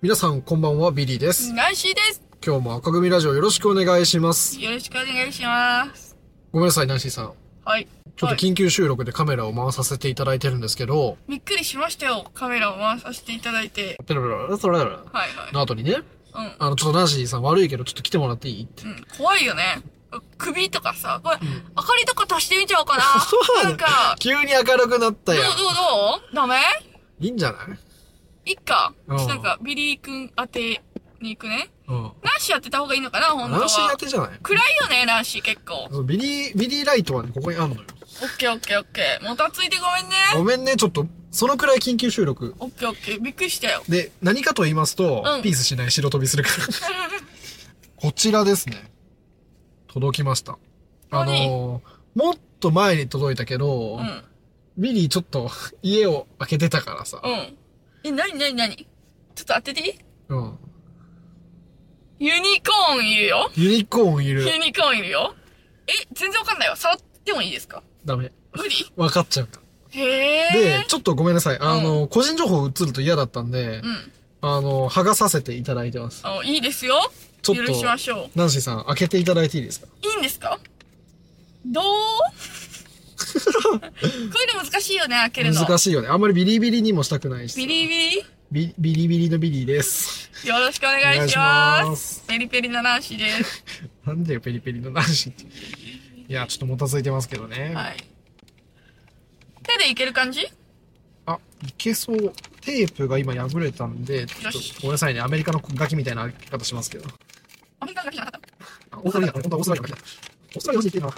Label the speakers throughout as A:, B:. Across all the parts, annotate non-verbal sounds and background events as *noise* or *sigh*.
A: 皆さんこんばんは、ビリーです。
B: ナイシーです。
A: 今日も赤組ラジオよろしくお願いします。
B: よろしくお願いします。
A: ごめんなさい、ナンシーさん。
B: はい。
A: ちょっと
B: はい
A: 緊急収録でカメラを回させていただいてるんですけど、
B: びっくりしましたよ。カメラを回させていただいて。
A: ペラペラ、それら
B: はいはい。
A: の後にね、
B: うん。
A: あの、ちょっとナンシーさん悪いけど、ちょっと来てもらっていいって。
B: うん。怖いよね。首とかさ、これ、明かりとか足してみちゃおうかな。
A: *laughs* そうだ
B: なんか、
A: 急に明るくなった
B: どう
A: やん
B: どう。どうダメ
A: いいんじゃない
B: いっか。
A: うん
B: なんか、ビリー君当てに行くね。
A: うん。
B: ナンシーやってた方がいいのかな、本当
A: ナンシー当
B: は。
A: てじゃない
B: 暗いよね、ナンシー結構。
A: そうビリー、ビリーライトはね、ここにあんのよ。
B: オッケーオッケーオッケー。もたついてごめんね。
A: ごめんね、ちょっと、そのくらい緊急収録。
B: オッケーオッケー。びっくりしたよ。
A: で、何かと言いますと、
B: うん
A: ピースしない白飛びするから。こちらですね。届きました。あのー、もっと前に届いたけど、
B: うん。
A: ビリーちょっと *laughs* 家を開けてたからさ
B: う。ん。え、なになになにちょっと当てていい
A: うん。
B: ユニコーンいるよ。
A: ユニコーンいる
B: ユ。ニコーンいるよ。え、全然わかんないわ。触ってもいいですか
A: ダメ。
B: 無理
A: 分かっちゃうか
B: へ
A: ら。
B: え。
A: で、ちょっとごめんなさい。あのー、個人情報映ると嫌だったんで、
B: うん。
A: あのー、剥がさせていただいてます。
B: あの、いいですよ。
A: ちょっ
B: 許
A: と、
B: しましょ
A: ナンシーさん、開けていただいていいですか
B: う。いいんですか
A: *laughs*
B: どうこういうの難しいよね、開けるの。
A: 難しいよね。あんまりビリビリにもしたくないし。
B: ビリビ
A: ビビリビリのビリーです。 *laughs*
B: リよろしくお願いしま
A: お願
B: す。
A: いします
B: ペリペリなナンシーです。
A: なんだよ、ペリペリのナンシーって。いや、ちょっともたついてますけどね。
B: はい。手でいける感じ
A: あ、いけそう。テープが今破れたんで、ちょっと
B: よし
A: ごめんなさいね。アメリカのガキみたいな開け方しますけど。
B: アメリカンガキじゃなかった
A: あ、オーストラリアだ、本当はオーストラリアのガキだ。オーストラリアのガキっていうのは、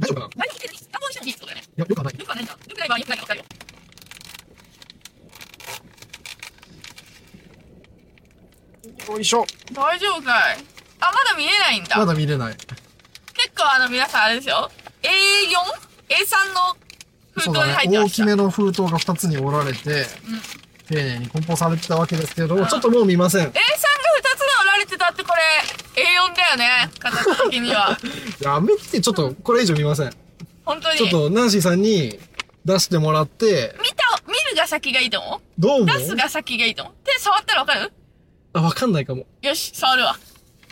A: 大丈夫かない
B: 何言ってる何もしないそうだよね。
A: や、よくはない。
B: よくはないんだ。よくない場合、よくない場合。
A: よいしょ。
B: 大丈夫かいあ、まだ見えないんだ。
A: まだ見れない。
B: 結構あの皆さんあれですよ。A4?A3 の封筒
A: そうだ
B: に入っ
A: ね。
B: て
A: 大
B: まし
A: き
B: た。
A: めの封筒が2つに折られて、
B: うん
A: 丁寧に梱包されてたわけですけど、
B: ん
A: ちょっともう見ません。い
B: A3 が2つの折られてたってこれ A4 だよね。形的
A: *laughs*
B: には。
A: やめて、ちょっとこれ以上見ません。
B: 本当に。
A: ちょっとナンシーさんに出してもらって、
B: 見た、見るが先がいいと思
A: どうも
B: う出すが先がいいと思う。手触ったらわかる
A: あ、わかんないかも。
B: よし、触るわ。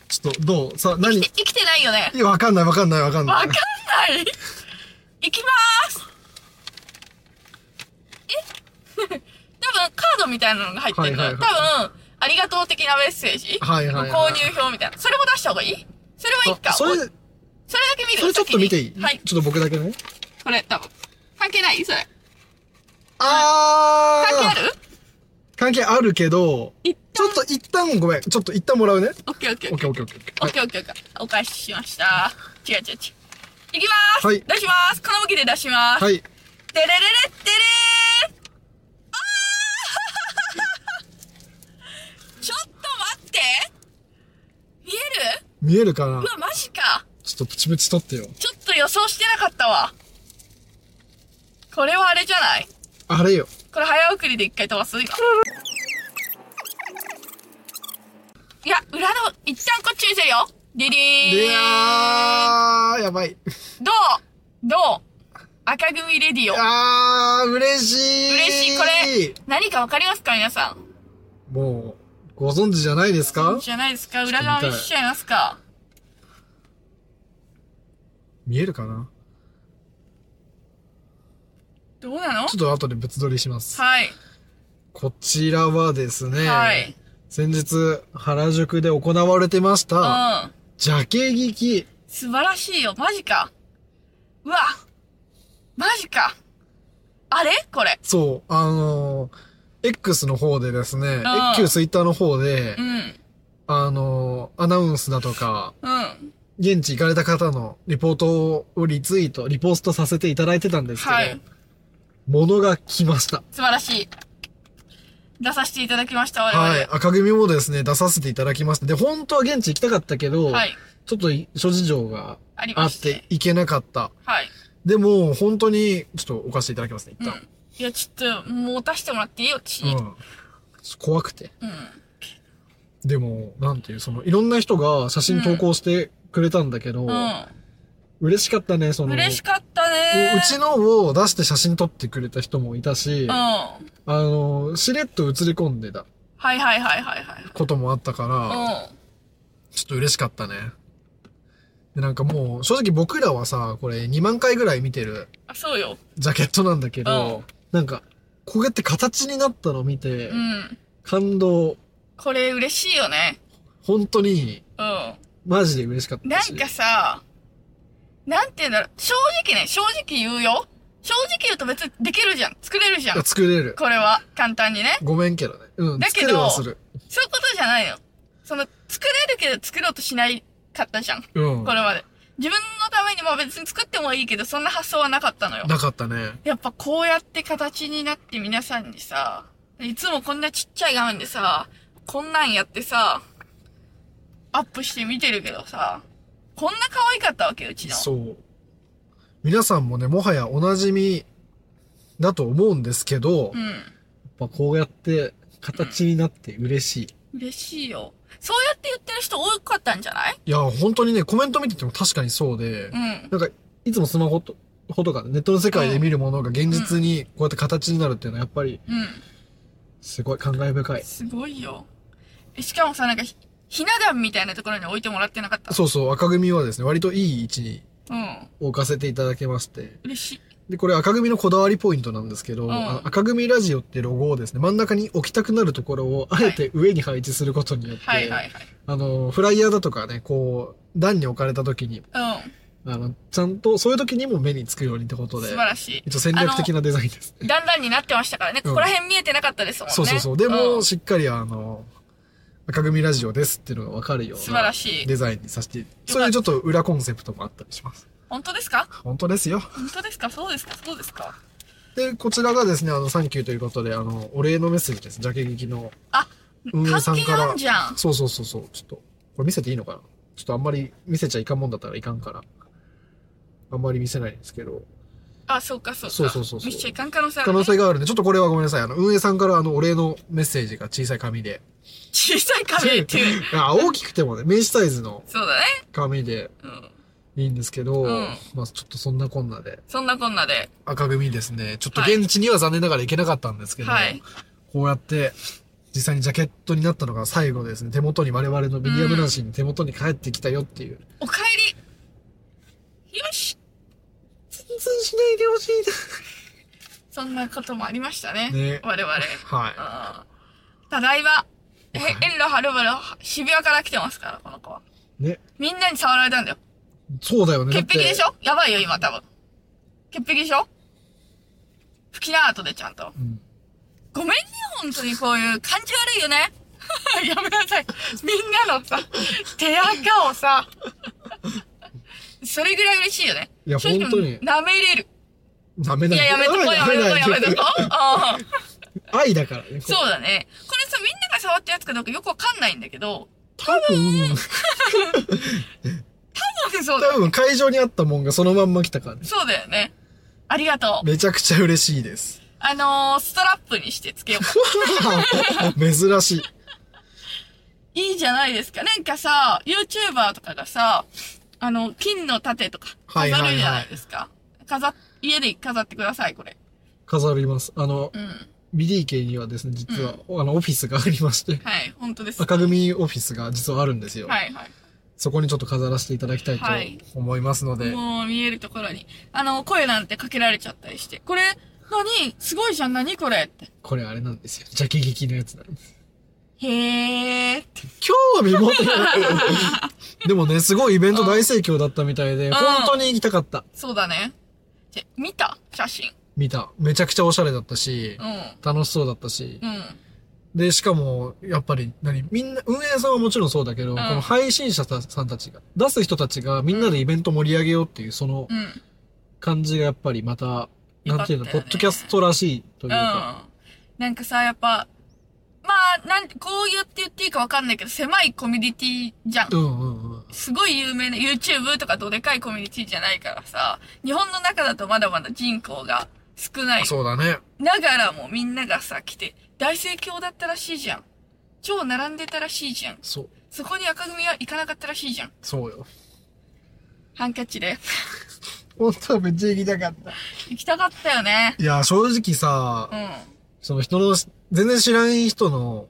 A: ちょっと、どうさ、何
B: 生きて生きてないよね。
A: いやわかんないわかんないわかん
B: わ
A: な
B: か
A: い
B: んな。い。いきまーす。え *laughs* 多分カードみたいなのが入ってるの。
A: はいはい
B: 多分、ありがとう的なメッセージ。
A: はいはいはい
B: 購入表みたいな。それも出した方がいいそれはいい
A: あ
B: か。
A: それ
B: お、それだけ見る
A: それちょっと見てい
B: 先
A: い
B: にはい。
A: ちょっと僕だけね。
B: これ多分。関係ないそれ。
A: あ
B: 関係あ
A: る
B: る
A: 関係あるけど、
B: 一
A: ちょっと一旦ごめん。ちょっと一旦もらうね。
B: オッケーオッケー
A: オ
B: オ
A: ッ
B: ッケ
A: ケ
B: ー。
A: ーオッケーオッケー。はい
B: オッケーオッケーオッケー。お返ししました。違う違う違う。いきまーす。
A: はい
B: 出します。この向きで出します。
A: はい。
B: てれれれってれーあーちょっと待って見える
A: 見えるかな
B: うわ、マジか
A: ちょっとプチプチ取ってよ。
B: ちょっと予想してなかったわ。これはあれじゃない
A: あれよ。
B: これ早送りで一回飛ばす今。いや、裏の、一旦こっち見せるよディデ
A: い
B: ィーン
A: やー、やばい。
B: どうどう赤組レディオ。
A: あー、嬉しい。
B: 嬉しい、これ。何かわかりますか皆さん。
A: もう、ご存知じゃないですか
B: じゃないですか裏側見しちゃいますか
A: 見えるかな
B: どうなの
A: ちょっと後で別撮りします。
B: はい。
A: こちらはですね、
B: はい。
A: 先日、原宿で行われてました、
B: うん。
A: ジャケ聞き。
B: 素晴らしいよ。マジか。うわ。マジか。あれこれ。
A: そう、あのー X の方でですね、
B: あー
A: X ツイッターの方で
B: う、ん。
A: あのーアナウンスだとか、
B: うん。
A: 現地行かれた方のリポートをリツイート、リポストさせていただいてたんですけど、
B: はい
A: 物が来ました。
B: 素晴らしい。出させていただきました、我々。
A: はい。赤組もですね、出させていただきました。で、本当は現地行きたかったけど、
B: はい
A: ちょっとい諸事情が
B: あり
A: あ
B: ま
A: っ
B: してて。
A: 行けなかった。
B: はい。
A: でも、本当に、ちょっと置かせていただきますね、
B: う
A: 一
B: ん
A: 旦。。
B: いや、ちょっと、もう出してもらっていいよ、ち。
A: う。
B: うんん。
A: 怖くて。でも、なんていう、その、いろんな人が写真投稿してくれたんだけど、
B: う
A: 嬉しかったね、そ
B: ん。
A: の、
B: 嬉しかった
A: う
B: ね
A: うちのを出して写真撮ってくれた人もいたし、
B: うん。
A: あの、しれっと映り込んでた
B: はいはいはいはいはい。
A: こともあったから、
B: う
A: ちょっと嬉しかったね。で、なんかもう、正直僕らはさ、これ2万回ぐらい見てる
B: ん。あ、そうよ。
A: ジャケットなんだけ
B: う
A: ど
B: ん、
A: なんか、こうやって形になったのを見て
B: う、ん。
A: 感動、
B: これ嬉しいよね。
A: 本当に、
B: う
A: マジで嬉しかっ
B: ん。
A: た
B: な
A: し。
B: んかさ、なんて言うんだろう。正直ね、正直言うよ。正直言うと別にできるじゃん。作れるじゃ
A: いや
B: ん。
A: 作れる。
B: これは、簡単にね。
A: ごめんけどね。うん。
B: だけど
A: 作れはする。
B: そういうことじゃないの。その、作れるけど作ろうとしないかったじゃん。
A: うん。
B: これまで。自分のためにも別に作ってもいいけど、そんな発想はなかったのよ。
A: なかったね。
B: やっぱこうやって形になって皆さんにさ、いつもこんなちっちゃい画面でさ、こんなんやってさ、アップして見てるけどさ、こんな可愛かったわけうちの。
A: そう。皆さんもね、もはやお馴染みだと思うんですけど、
B: う
A: やっ
B: ん。
A: ぱこうやって形になって嬉しい。
B: 嬉しいよ。そうやって言ってる人多かったんじゃない
A: いや、本当にね、コメント見てても確かにそうで、
B: うん。
A: なんか、いつもスマホと、ほとかネットの世界で見るものが現実にこうやって形になるっていうのはやっぱり
B: うん。
A: すごい感慨深い。
B: すごいよ。えしかもさ、なんかひ、ひな壇みたいなところに置いてもらってなかった。
A: そうそう、赤組はですね、割といい位置に
B: うん。
A: 置かせていただけまして。
B: 嬉しい。
A: で、これ赤組のこだわりポイントなんですけど、
B: うん
A: あ赤組ラジオってロゴをですね、真ん中に置きたくなるところをあえて上に配置することによって、
B: はいはいはい。
A: あの、フライヤーだとかね、こう、段に置かれた時に、
B: う
A: あの、ちゃんとそういう時にも目につくようにってこと
B: ん。
A: で
B: 素晴、らしい。
A: 一応戦略的なデザインですね。
B: だんだんになってましたからね。
A: うん
B: ここら辺見えてなかったですもんね。
A: そうそうそう。でも、
B: うん素
A: しっかりあの、赤組ラジオですっていうのがわかるよう
B: 晴
A: な
B: らしい。
A: デザインにさせて、そういうちょっと裏コンセプトもあったりします。
B: 本当ですか
A: 本当ですよ。
B: 本当ですかそうですかそうですか
A: で、こちらがですね、あの、サンキューということで、あの、お礼のメッセージです。ジャケ劇の
B: あ、
A: 運営さん
B: 関係
A: か
B: あ
A: ら
B: ん。じゃん。
A: そうそうそうそう。ちょっと、これ見せていいのかなちょっとあんまり見せちゃいかんもんだったらいかんから。あんまり見せないんですけど。
B: あ、そうかそうか。
A: そうそうそうそう
B: 見しちゃいかん可能性あ
A: 可
B: る、
A: 能
B: ね。
A: 性があるんで、ちょっとこれはごめんなさい。あの、運営さんからあの、お礼のメッセージが小さい紙で。
B: 小さい壁っていう。
A: *laughs* あ、大きくてもね、名刺サイズの
B: そうだね。
A: 紙で
B: うん。
A: いいんですけど、
B: うん
A: まあちょっとそんなこんなで、
B: そんなこんなで。
A: 赤組ですね、ちょっと
B: はい
A: 現地には残念ながら行けなかったんですけど、
B: はい
A: こうやって、実際にジャケットになったのが最後ですね、手元に我々のビリヤムナンシーに手元に帰ってきたよっていう。
B: お帰り。よし。
A: 全然しないでほしいな。
B: そんなこともありましたね。
A: ね
B: 我々。
A: は
B: うんただいま。え、
A: はい
B: 遠路はるばる渋谷から来てますから、この子は。
A: い。ね。
B: みんなに触られたんだよ。
A: そうだよね。
B: 潔癖でし
A: ょ
B: ょやばいよ、今、多分。潔癖でしょ吹きな後でちゃんと。
A: うん。
B: ごめんね、本当にこういう感じ悪いよね。 *laughs* やめなさい。みんなのさ、手垢をさ、それぐらい嬉しいよね。
A: いや
B: 正直
A: 本当に
B: 舐めれる。
A: ダメだ
B: い
A: よ。
B: や、やめとこう、やめとこう、やめとこう。
A: *laughs*
B: ああ
A: 愛だからね。これ
B: そうだね。これさ、みんなが触ったやつかどうかよくわかんないんだけど、
A: 多分、
B: *laughs* そうだ、
A: 多分会場にあったもんがそのまんま来たからね。
B: そうだよね。ありがとう。
A: めちゃくちゃ嬉しいです。
B: あのー、ストラップにしてつけよ
A: *laughs*
B: うか。
A: 珍しい。
B: いいじゃないですか。なんかさ、YouTuber とかがさ、あの、金の盾とか
A: はいはいはい
B: 飾るじゃないですか。飾、家で飾ってください、これ。
A: 飾ります。あの
B: う、ん。
A: BDK にはですね、実は、あの、オフィスがありまして、
B: はい、本当です。は
A: 赤組オフィスが実はあるんですよ。
B: い、はい。
A: そこにちょっと飾らせていただきた
B: はいい
A: と思いますので、
B: もう見えるところに。あの、声なんてかけられちゃったりして。これ、何すごいじゃん、何これって。
A: これあれなんですよ。ジャケ劇のやつなんです。
B: へーって。
A: 興味持
B: *laughs*
A: てないでもね、すごいイベント大盛況だったみたいで、
B: ん
A: 本当に行きたかった。
B: そうだね。じゃ、見た写真。
A: 見た。めちゃくちゃおしゃれだったし
B: う、ん。
A: 楽しそうだったし、
B: うん。
A: で、しかも、やっぱり、何みんな、運営さんはもちろんそうだけど、
B: ん
A: この配信者たさんたちが、出す人たちがみんなでイベント盛り上げようっていう、その
B: うん。
A: 感じがやっぱりまた、
B: よか
A: なん
B: ってた
A: い
B: よ
A: うの、
B: ね
A: ポッドキャストらしいというか、
B: うん。なんかさ、やっぱ、まあ、なんて、こう言って言っていいかわかんないけど、狭いコミュニティじゃん
A: う。んうんうん。
B: すごい有名な YouTube とかどでかいコミュニティじゃないからさ、日本の中だとまだまだ人口が少ない。
A: そうだね。
B: ながらもみんながさ、来て、大盛況だったらしいじゃん。超並んでたらしいじゃん。
A: そう、
B: そこに赤組は行かなかったらしいじゃん。
A: そうよ。
B: ハンカチで。
A: 本当はめっちゃ行きたかった。
B: 行きたかったよね。
A: いや、正直さ
B: う、ん。
A: その人の、全然知らない人の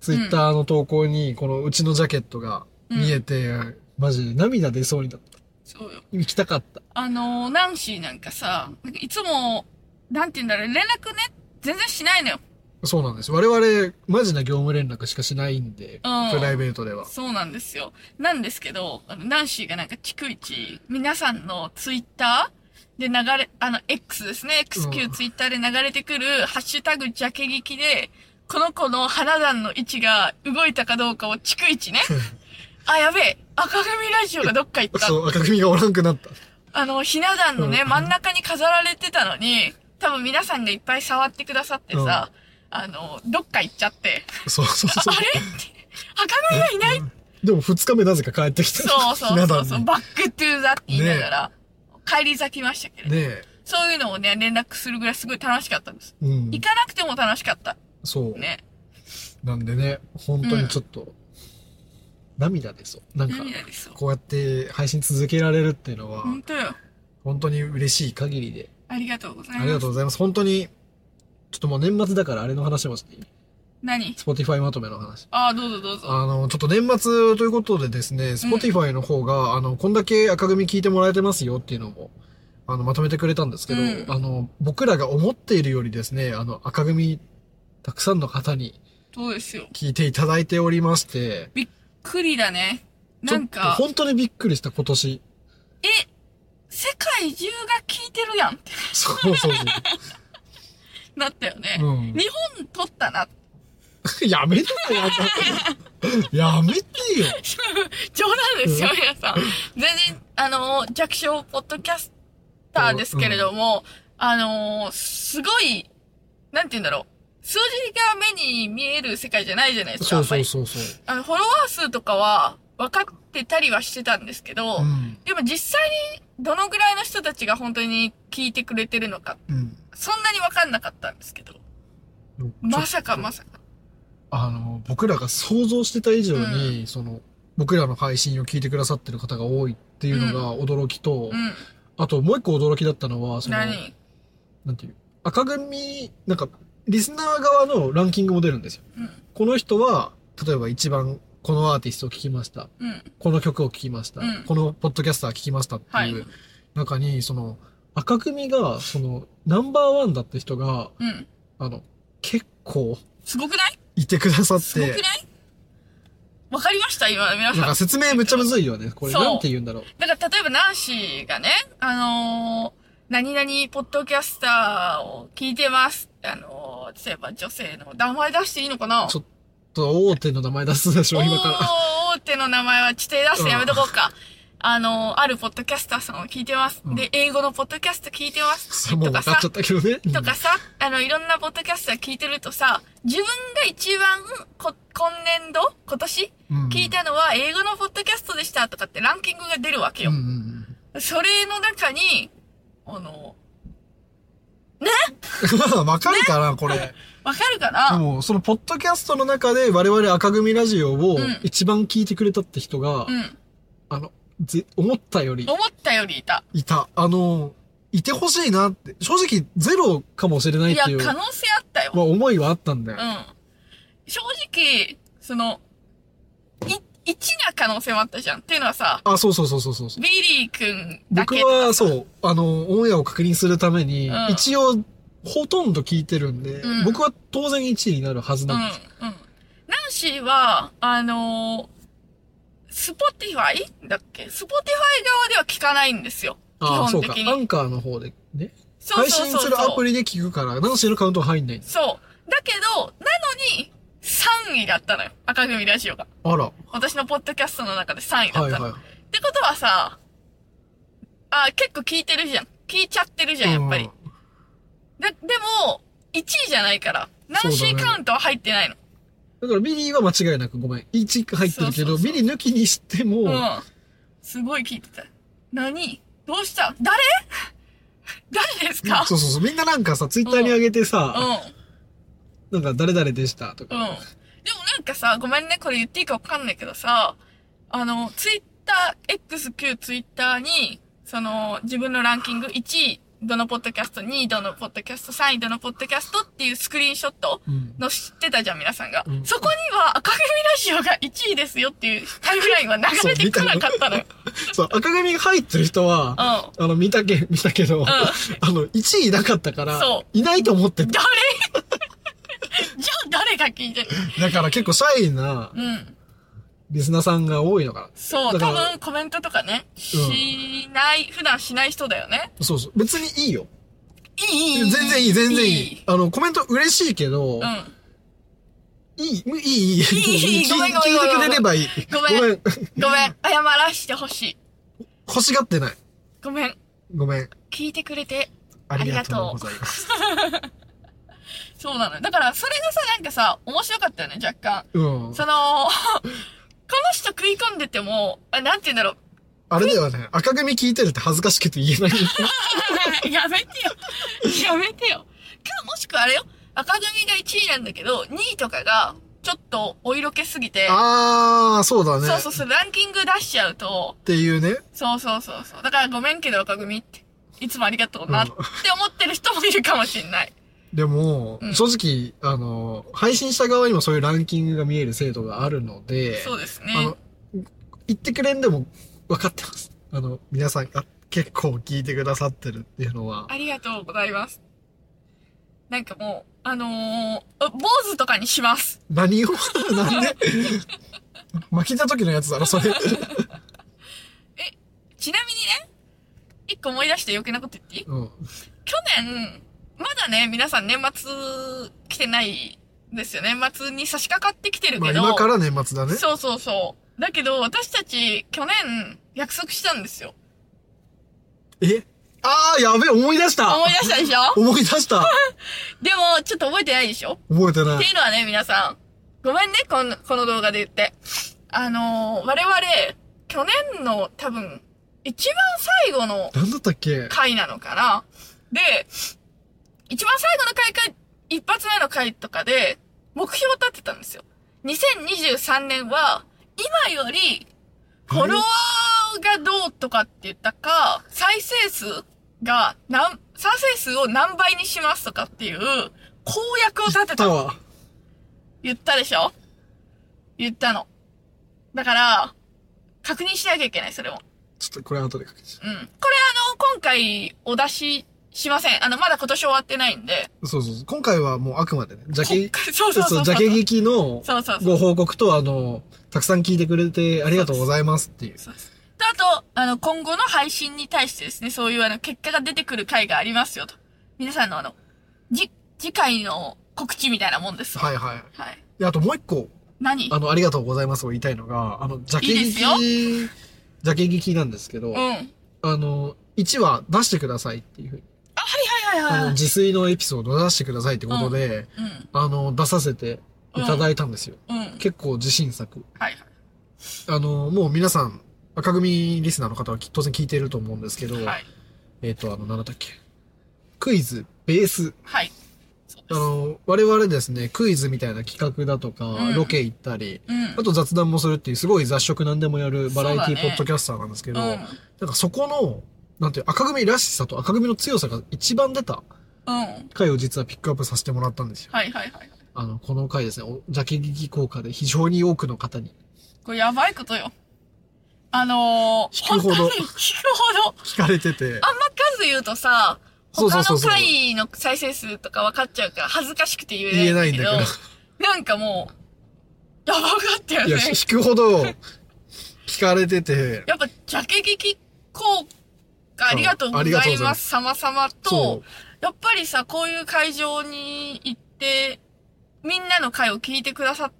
A: ツイッターの投稿に、このうちのジャケットが
B: うん
A: 見えて、マジで涙出そうになった。
B: そうよ。
A: 行きたかった。
B: あのー、ナンシーなんかさ、なんかいつも、なんて言うんだろう、連絡ね、全然しないのよ。
A: そうなんです。我々、マジな業務連絡しかしないんで、
B: うん
A: プライベートでは。
B: そうなんですよ。なんですけど、あの、ナンシーがなんか、逐一、皆さんのツイッターで流れ、あの、X ですね、
A: う
B: XQ
A: ん
B: ツイッターで流れてくる、ハッシュタグジャケ劇で、この子の花壇の位置が動いたかどうかを逐
A: *laughs*
B: 一ね、あ、やべえ、赤組ラジオがどっか行った。
A: そう、赤組がおらんくなった。
B: あの、ひな壇のね、
A: うん
B: 真ん中に飾られてたのに、多分皆さんがいっぱい触ってくださってさ、あの、どっか行っちゃって、
A: そうそう
B: あ
A: そう。
B: れ *laughs* って、赤組がいない
A: でも二日目なぜか帰ってきた。
B: そうそ
A: *laughs* ひ
B: う
A: な
B: そ
A: 壇
B: う
A: に
B: そう、バックトゥーザって言いながら、帰り咲きましたけれど、
A: ねえ。
B: そういうのをね、連絡するぐらいすごい楽しかったんです。
A: うん
B: 行。かなくても楽しかった。
A: そう。
B: ね。
A: なんでね、本当にちょっと、涙出そう。なんか、
B: 涙ですよ。
A: こうやって配信続けられるっていうのは、
B: 本当よ。
A: 本当に嬉しい限りで、
B: ありがとうございます。
A: ありがとうございます。本当に、ちょっともう年末だからあれの話もしていい
B: 何
A: ?Spotify まとめの話。
B: ああ、どうぞどうぞ。
A: あの、ちょっと年末ということでですね、Spotify の方が、あの、こんだけ赤組聞いてもらえてますよっていうのも、あの、まとめてくれたんですけど、
B: うん
A: あの、僕らが思っているよりですね、あの、赤組、たくさんの方に
B: そうですよ。
A: 聞いていただいておりまして、
B: クリだね。なん
A: ちょっ
B: か
A: と、本当にびっくりした今年。
B: え、世界中が聞いてるやんって
A: そうそうそう。
B: なったよ *laughs* ね。
A: うん
B: 日本取ったな。
A: *laughs* やめてよ、やめてよ。
B: 冗談ですよ、
A: う
B: 皆さん。全然、あのー、弱小ポッドキャスターですけれども、あのー、すごい、なんて言うんだろう。数字が目に見える世界じゃないじゃないですか。
A: そうそ
B: あんま
A: う
B: り
A: そうそう。
B: あの、フォロワー数とかは分かってたりはしてたんですけど、
A: うん。
B: でも実際にどのぐらいの人たちが本当に聞いてくれてるのか、
A: うん。
B: そんなに分かんなかったんですけど、まさかま
A: さ
B: さか。
A: あの、僕らが想像してた以上に、その、僕らの配信を聞いてくださってる方が多いっていうのが驚きと、
B: うん。
A: あともう一個驚きだったのは、その、
B: 何
A: なんていう、赤組、なんか、リスナー側のランキングも出るんですよ。
B: うん。
A: この人は、例えば一番このアーティストを聴きました。
B: うん。
A: この曲を聴きました、
B: うん
A: このポッドキャスター聞きましたって
B: はい。
A: いう
B: う
A: 中に、その赤組がそのナンバーワンだった人が
B: ん。
A: あの結構
B: すごくない
A: いてくださっ
B: すごくない
A: て
B: わかりました今、皆
A: なん
B: さん
A: か。説明めっちゃむずいよねこれ
B: そう
A: なんて言うんだろう
B: だから、例えば、ナンシーがね、あのー何々、ポッドキャスターを聞いてます。あのー例えば、女性の名前出していいのかな
A: ちょっと大手の名前出すでし
B: お
A: ょ
B: ー
A: 今から
B: 大手の名前は、ちょっと出してやめとこうか。あのーあるポッドキャスターさんを聞いてます。
A: うん
B: で、英語のポッドキャスト聞いてます。
A: それもう
B: と
A: 分
B: か
A: かっ
B: さ
A: ちゃっ、たけどね
B: とかさ、あの、いろんなポッドキャスター聞いてるとさ、自分が一番、こ、今年度今年
A: うん
B: 聞いたのは英語のポッドキャストでしたとかってランキングが出るわけ
A: う
B: よ
A: ん。うんうん
B: それの中に、あの、
A: *laughs* 分かるかな、これ。で
B: わかるかな
A: も、その、ポッドキャストの中で、我々赤組ラジオを
B: うん
A: 一番聞いてくれたって人が、
B: うん。
A: あの、ぜ思ったより
B: 思ったよりいた。
A: いた。あの、いてほしいなって、正直ゼロかもしれない
B: い
A: っ
B: や
A: てい、う、
B: 可能性あったよ。
A: まあ、思いはあったんだよ
B: う。ん。正直、その、い、一な可能性もあったじゃん。っていうのはさ、
A: あ、そうそうそうそうそうそう。
B: ビリーくんだ
A: 僕
B: けとか
A: は、
B: さ
A: そう、あの、オンエアを確認するために、
B: うん
A: 一応、ほとんど聞いてるんで、
B: うん
A: 僕は当然1位になるはず
B: うん、うん
A: なんです。。
B: ナンシーは、あのー、スポティファイだっけスポティファイ側では聞かないんですよ。基
A: ああ、そ
B: 本
A: うか
B: 的。に。
A: アンカーの方でね。
B: そう
A: 配
B: そう
A: 信
B: そう
A: す
B: そう
A: るアプリで聞くから、ナンシーのカウントは入んないんです。
B: そう。だけど、なのに、3位だったのよ。赤組ラジオが。
A: あら。は
B: 私のポッドキャストの中で3位だったの。
A: いはい。
B: ってことはさ、あ、結構聞いてるじゃん。聞いちゃってるじゃん、やっぱり。
A: うん
B: で、でも、1位じゃないから、ナンシ
A: そうだ
B: ー
A: ね
B: カウントは入ってないの。
A: だからビリーは間違いなくごめん。1が入ってるけ
B: そ
A: ど、
B: うそうそ
A: ビ
B: う
A: リー抜きにしても、
B: うん。すごい聞いてた。何どうした誰 *laughs* 誰ですか
A: そうそうそう。みんななんかさ、ツイッターに上げてさ、
B: うん。うん。
A: なんか誰々でしたと
B: で
A: か。
B: もなんかさ、ごめんね、これ言っていいかわかんないけどさ、あの、ツイッター、XQ ツイッターに、その、自分のランキング1位度のポッドキャスト、2度のポッドキャスト、3度のポッドキャストっていうスクリーンショット
A: うん。
B: の知ってたじゃん、皆さんが。
A: うん
B: そこには赤組ラジオが1位ですよっていうタイムラインは流れてこなかったのよ。
A: そう、赤髪が入ってる人は、
B: う
A: あの、見たけ、 *laughs* 見たけど、あの、1位いなかったから
B: そ、
A: いないと思って
B: ん。
A: た。
B: 誰 *laughs* じゃあ誰が聞いてる
A: だから結構シャイな
B: うん。
A: リスナーさんが多いのか
B: そ
A: だ
B: う、
A: か
B: 多
A: ら
B: 分コメントとかね、しない、普段しない人だよね。
A: な。そうそう。別にいいよ。
B: いいいい
A: 全然いい、全然い
B: い
A: い。あの、コメント嬉しいけど
B: う、ん。
A: いい、いい、いい、
B: いいいい
A: 聞
B: ごめん
A: い
B: ご
A: 聞いてくれ
B: めん
A: ればいい。
B: ごめん
A: ごめん。
B: ごめん、謝らしてほしい。
A: 欲しがってない。
B: ごめん、
A: ごめん。
B: 聞いてくれて。
A: ありがと
B: あ
A: うご
B: りがとう
A: ざいます。
B: そうなのよ。だから、それがさ、なんかさ、面白かったよね、若干。
A: うん。
B: その、 *laughs* この人食い込んでても、あなんて言うんだ *laughs* ろう。
A: あれだよね。赤組聞いてるって恥ずかしくて言えない。
B: やめてよ。やめてよ。か、もしくはあれよ。赤組が1位なんだけど、2位とかが、ちょっとお色気すぎて、
A: あー、そうだね。
B: そうそうそう、ランキング出しちゃうと、
A: っていうね。
B: そうそうそうそう。だからごめんけど赤組って、いつもありがとうなって思ってる人もいるかもしんない。
A: でも、
B: うん
A: 正直、あの、配信した側にもそういうランキングが見える制度があるので、
B: そうですね。
A: あの、言ってくれんでも分かってます。あの、皆さんが結構聞いてくださってるっていうのは、
B: ありがとうございます。なんかもう、あのー、あ坊主とかにします。
A: 何を、 *laughs* なんで、巻きた時のやつだろ、
B: *laughs*
A: それ。
B: ちなみにね、一個思い出して余計なこと言っていい
A: うん。
B: 去年、まだね、皆さん年末来てないんですよね。年末に差し掛かってきてる
A: まあ
B: けど。
A: 今から年末だね。
B: そうそうそう。だけど、私たち、去年、約束したんですよ。
A: えあー、やべえ、思い出した
B: 思い出したでしょ
A: 思い出
B: *laughs*
A: した
B: でも、ちょっと覚えてないでしょ
A: 覚えてな
B: って
A: い
B: い。うのはね、皆さん。ごめんね、この、この動画で言って。あのー、我々、去年の多分、一番最後の
A: なんだったっけ
B: 回なのかな。で、一番最後の回か、一発目の回とかで、目標を立てたんですよ。2023年は、今より、フォロワーがどうとかって言ったか、再生数が何、再生数を何倍にしますとかっていう、公約を立てた
A: た
B: の
A: わ。
B: 言ったでしょ言ったの。だから、確認しなきゃいけない、それも。
A: ちょっとこれ後でかけちゃ
B: うん。これあの、今回お出ししません。あの、まだ今年終わってないんで。
A: う。そうそうそう。今回はもうあくまでね、ジャケ、
B: そうそうそう。
A: ジャケ劇の
B: そうそうそう。
A: ご報告と、あの、たくさん聞いてくれてありがとうございますっていう。
B: そうですであと、あの、今後の配信に対してですね、そういうあの、結果が出てくる回がありますよと。皆さんのあの、じ、次回の告知みたいなもんです。
A: はいはい。
B: はい。
A: で、あともう一個、
B: 何
A: あの、ありがとうございますを言いたいのが、あの、ジャケ
B: いい
A: 劇、
B: です
A: ジ
B: よ
A: ャケ劇なんですけど、
B: うん。はい
A: あの、1話出してくださいっていうふうに、
B: はいはい
A: あの、
B: はい。
A: 自炊のエピソード出してくださいってことで、
B: うん。
A: あの、出させていただいたんですよ。
B: うん。はい
A: 結構自信作。
B: はい。
A: あの、もう皆さん、赤組リスナーの方はき当然聞いてると思うんですけど、
B: はい。
A: えっ、と、あの、なんだっけ。クイズ、ベース。
B: はい。そう
A: あ
B: です。
A: の、我々ですね、クイズみたいな企画だとか、
B: うん
A: ロケ行ったり、
B: うん
A: あ。と雑談もするっていう、すごい雑食なんでもやるバラエテ
B: そう
A: ィ
B: だ
A: ー
B: ね
A: ポッドキャスターなんですけど、
B: うん。
A: なんかそこの、なんていう、赤組らしさと赤組の強さが一番出た
B: うん。
A: 回を実はピックアップさせてもらったんですよ。
B: はいはいはい。
A: あの、この回ですね、おジャケ劇効果で非常に多くの方に
B: これやばいことよ。あのー、
A: 引くほど
B: 本当に引くほど。
A: 聞かれてて、
B: あんま数言うとさ、
A: そうそ
B: 他
A: うそ
B: の
A: うそう
B: 回の再生数とか分かっちゃうから恥ずかしくて言
A: 言
B: え
A: え
B: な
A: ないい
B: ん
A: ん
B: だ
A: だ
B: け
A: け
B: ど、
A: ど、
B: なんかもう、やばかったよ
A: い
B: ね
A: や、。ひ引くほど聞かれてて、
B: やっぱ、ジャケ劇効果ありがとうござ
A: ありがとう
B: い
A: ござい
B: ま
A: ます
B: 様々
A: そ
B: と、やっぱりさ、こういう会場に行って、みんなの回を聞いてくださっ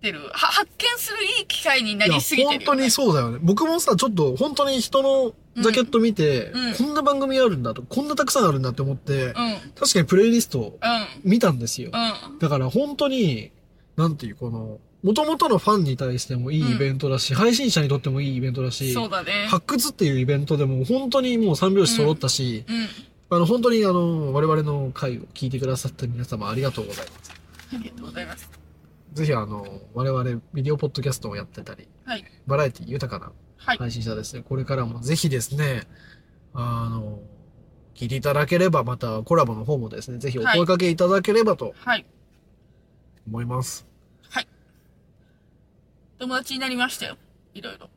B: てる、は発見するいい機会にない
A: や
B: りすぎて
A: 本
B: るよ、
A: 当
B: ね。
A: にそうだよね。僕もさ、ちょっと本当に人のジャケット見て、
B: うんうん
A: こんな番組あるんだと、こんなたくさんあるんだって思って、
B: うん、うん、
A: 確かにプレイリストを見たんですよ。
B: うん。
A: だから本当に、なんていう、この、元々のファンに対してもいいイベントだし、配信者にとってもいいイベントだし、
B: そうだね。
A: 発掘っていうイベントでも本当にもう三拍子揃ったし、
B: うん。
A: あの、本当にあの、我々の回を聞いてくださった皆様ありがとうございます。
B: ありがとうございます。
A: ぜひあの、我々ビデオポッドキャストをやってたり、
B: はい。
A: バラエティ豊かな
B: はい。
A: 配信者ですね、これからもぜひですね、あの、聞いていただければ、またコラボの方もですね、ぜひお声掛けいただければと
B: はい。
A: 思います。
B: 友達になりましたよ。いろいろ。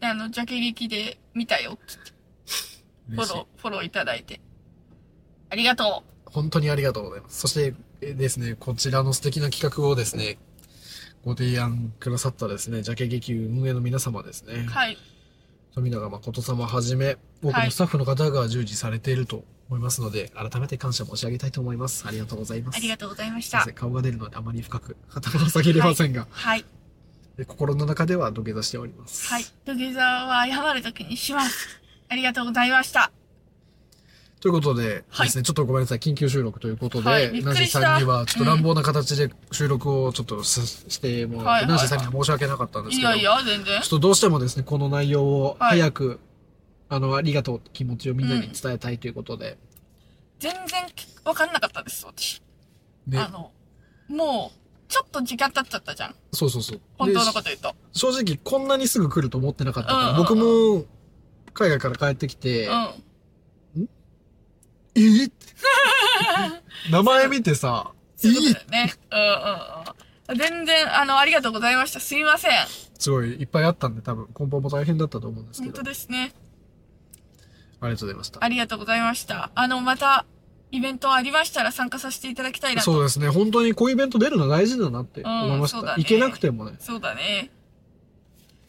B: あの、ジャケ劇で見たよ。フ
A: 嬉し
B: ォ
A: い
B: ロー、フォローいただいて。ありがとう。
A: 本当にありがとうございます。そしてえですね、こちらの素敵な企画をですね、ご提案くださったですね、ジャケ劇運営の皆様ですね、
B: はい。
A: 富永誠様はじめ、多く
B: は
A: の
B: い
A: スタッフの方が従事されていると思いますので、改めて感謝申し上げたいと思います。ありがとうございます。
B: ありが
A: と
B: とうございまし
A: うま
B: た
A: せん。顔が出るのであまり深く頭が下げれませんが、
B: はい。
A: で心の中では土下座しております。
B: はい。土下座は謝るときにします。ありがとうございました。
A: ということで、
B: はい
A: ですね、ちょっとごめんなさい、緊急収録ということで、
B: はいびっ
A: ナン
B: く
A: シー
B: りした
A: さんには、ちょっと乱暴な形で収録をちょっとししてもらって、
B: はいはい
A: ナンシーさんには申し訳なかったんです
B: い
A: けど、
B: やいや、全然
A: ちょっ。とどうしてもですね、この内容を
B: はい
A: 早く、あの、ありがとうって気持ちをみんなに伝えたいということで、
B: 全然わかんなかったです、私。
A: で
B: あ、の、もう、ちょっと時間経っちゃったじゃん。
A: そうそうそう。
B: 本当の
A: で
B: こと言うと。
A: 正直、こんなにすぐ来ると思ってなかったから、
B: うん
A: 僕も、海外から帰ってきて、
B: うん。
A: えーって名前見てさ、え
B: そういう
A: ー
B: ことだよね。うんうんうん。全然、あの、ありがとうございました。すいません。
A: すごいいっぱいあったんで、多分、梱包も大変だったと思うんですけ
B: 本
A: ど
B: 当、ですね。
A: ありがとうございました。
B: ありがとうございました。あの、また、イベントありましたら参加させていただきたいなと。
A: そうですね。本当にこういうイベント出るの大事だなって思いました。
B: うんそうだ
A: い
B: ね
A: けなくてもね、
B: そうだね。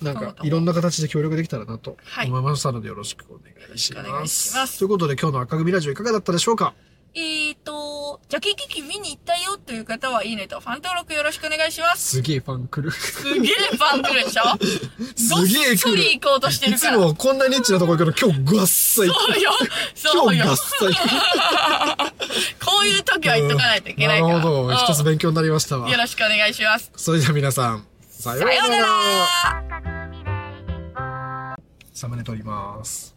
A: なん
B: そうだ
A: か
B: と思う
A: いろんな形で協力できたらなと
B: はい
A: 思いましたので、よろしくお願いし
B: よろしくお
A: ま
B: 願い
A: す。
B: します
A: ということで今日の赤組ラジオいかがだったでしょうか
B: えーと、ジャケ劇見に行ったよという方は、いいねとファン登録よろしくお願いします。
A: すげえファン来る。す
B: すげえファン来るでしょ
A: *laughs* すげえ
B: ごっそ
A: 来る。
B: り行こうとして
A: い
B: るか
A: つ
B: ら。
A: もこんなニッチなとこ行くの今日ごっさい。
B: そうよ。そ
A: 今
B: う
A: 日
B: よ
A: ごっ。さい。
B: こういう時は言っとかないといけないから。
A: なるほ
B: う
A: ど。
B: ん
A: 一つ勉強になりましたわ
B: よ。ろしくお願いします。
A: それでは皆さん、さよう
B: さよう
A: な
B: な
A: ら。
B: ら
A: サムネ撮ります。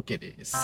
A: OK です。